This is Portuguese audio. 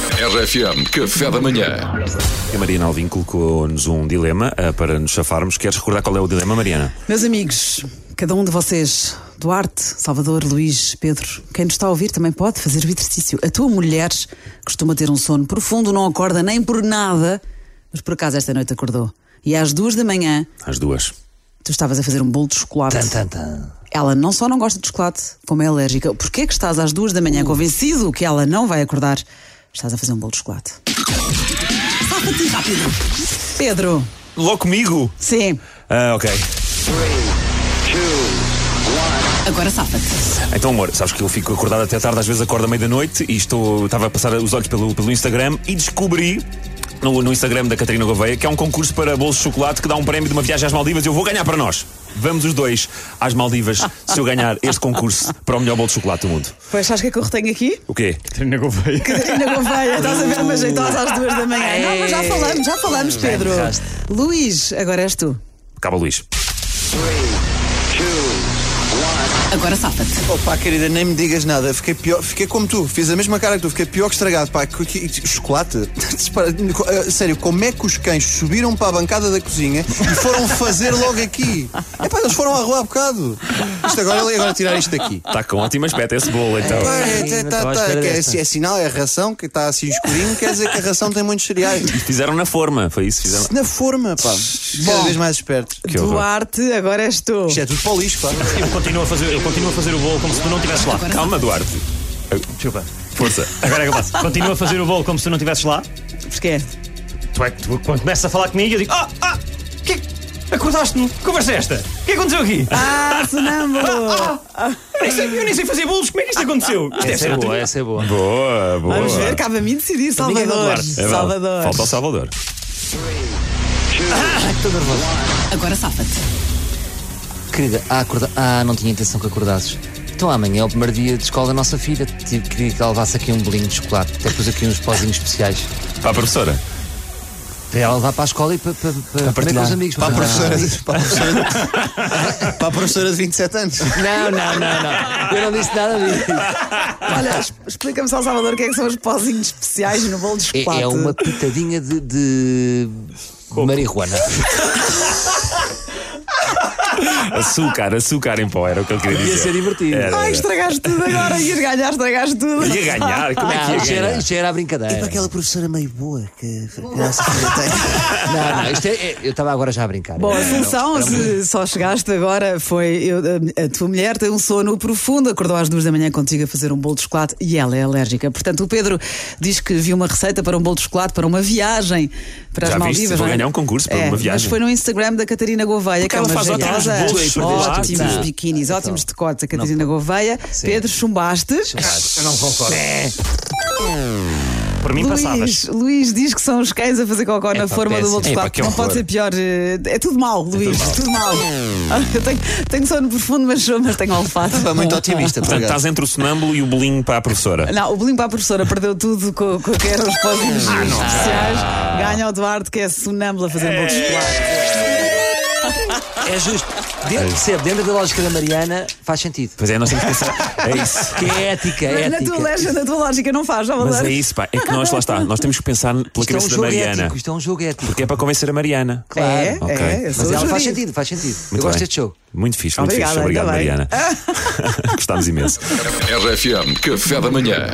RFM, café da manhã. A Mariana Alvim colocou-nos um dilema ah, para nos chafarmos. Queres recordar qual é o dilema, Mariana? Meus amigos, cada um de vocês, Duarte, Salvador, Luís, Pedro, quem nos está a ouvir também pode fazer o exercício. A tua mulher costuma ter um sono profundo, não acorda nem por nada, mas por acaso esta noite acordou. E às duas da manhã, As duas. tu estavas a fazer um bolo de chocolate. Ela não só não gosta de chocolate, como é alérgica. Porquê que estás às duas da manhã convencido que ela não vai acordar? Estás a fazer um bolo de chocolate. Safa-te rápido. Pedro, Logo comigo? sim, Ah, ok. agora safa-te. Então, amor, sabes que eu fico acordado até tarde, às vezes acordo à meia-noite e estou. Estava a passar os olhos pelo, pelo Instagram e descobri. No, no Instagram da Catarina Gouveia, que há um concurso para bolos de chocolate que dá um prémio de uma viagem às Maldivas e eu vou ganhar para nós. Vamos os dois às Maldivas se eu ganhar este concurso para o melhor bolo de chocolate do mundo. Pois, sabes o que é que eu retenho aqui? O quê? Catarina Gouveia. Catarina Gouveia, estás a ver uma jeitosa às duas da manhã. Não, mas já falamos, já falamos, Pedro. Luís, agora és tu. Acaba, Luís. Agora safa-te. Oh, pá, querida, nem me digas nada. Fiquei pior, fiquei como tu. Fiz a mesma cara que tu. Fiquei pior que estragado, pá. Que- que- Chocolate? Dispara- eh, Sério, como é que os cães subiram para a bancada da cozinha e foram fazer logo aqui? É pá, eles foram à rua há bocado. Isto agora, agora tirar isto daqui. Está Tá com ótimo aspecto esse bolo, então. Pá, é, Sim, tá- não tá- estou à tá- espera que é, desta. é sinal, é ração, que está assim escurinho, quer dizer que a ração tem muitos cereais. Fizeram na forma, foi isso? Fizeram. Na forma, pá. Cada vez mais espertos. Que horror. Duarte, agora és tu. Isto é tudo para o lixo, pá. Ele continua a fazer, ele continua a fazer o bolo como se tu não estivesse lá. Calma, Duarte. Desculpa. Força. Agora é que eu passo. Continua a fazer o bolo como se tu não estivesses lá. Porquê? Tu é que tu, quando começas a falar comigo, eu digo: Ah, ah, que acordaste-me? Que conversa é esta? O que é que aconteceu aqui? Ah, sonâmbulo. Eu nem sei, eu nem sei fazer bolos, como é que isto aconteceu? Isto deve Essa ser é outra- boa, essa é boa. Boa, boa. Vamos ver, cabe a mim decidir, ninguém é do Salvador. Duarte. É verdade. Salvador. Falta o Salvador. um. Agora safa-te. Querida, ah, acorda... ah, não tinha intenção que acordasses. Então amanhã é o primeiro dia de escola da nossa filha. Tive- Queria que ela levasse aqui um bolinho de chocolate. Até pus aqui uns pozinhos especiais. Para a professora. Para ela levar para a escola e para, para, para, comer com os amigos. Para a Não, é? professora de, é? para a professora de- para a professora de 27 anos. Não, não, não, não. Eu não disse nada disso. É, Olha, es- explica-me só, Salvador, o que é que são os pozinhos especiais no bolo de chocolate. É, é uma pitadinha de. de... Marihuana. Açúcar, açúcar em pó, era o que ele queria Ia dizer. ser divertido. é. Era, Ai, era. estragaste tudo agora, ias ganhar, estragaste tudo. Ia ganhar, como é Não, que isto ia era, ganhar? isto era a brincadeira. professora meio boa que, que a nossa filha tem. Não, não, isto é, é- eu estava agora já a brincar. Bom, a solução, se só chegaste agora, foi eu- a, a tua mulher tem um sono profundo, acordou às duas da manhã contigo a fazer um bolo de chocolate e ela é alérgica. Portanto, o Pedro diz que viu uma receita para um bolo de chocolate, para uma viagem para Já as viste? Maldivas. Vou não é? ganhar um concurso para É, uma Mas viagem. foi no Instagram da Catarina Gouveia, que é ela uma faz Então, ótimos jeitosa. bolos de chocolate. Ótimos Não. biquinis, ótimos decotes, a Catarina Gouveia. Pedro, chumbastes. Eu não concordo. Por mim Luís, passavas. Luís diz que são os cães a fazer cocó na É pá, forma do bolo de péssimo. chocolate. não pode ser pior. eh, É tudo mal, Luís. É tudo mal. Eu tenho, tenho sono profundo, mas, mas tenho olfato. Pá, muito otimista, por tá Portanto, acaso. estás entre o sonâmbulo e o bolinho para a professora. Não, o bolinho para a professora perdeu tudo com, com que Ah, eram os pozinhos especiais. Ganha o Duarte, que é sonâmbula a fazer um bolo de chocolate. É justo. Dentro, percebe, dentro da lógica da Mariana faz sentido. Pois é, nós temos que pensar. É isso. Que é ética, é Mas na ética. tua, lógica, na tua lógica não faz, já Mas é isso, pá. É que nós, lá está, nós temos que pensar pela Isto é um cabeça da jogo Mariana. ético, isto é um jogo ético. Porque é para convencer a Mariana. É, Claro. Ok. é, eu sou Mas ela faz jurista. sentido, faz sentido. Muito eu gosto bem. deste jogo. Muito fixe, muito Obrigada, fixe. Obrigado, ainda bem. Mariana. Gostámos imenso. RFM, café da manhã.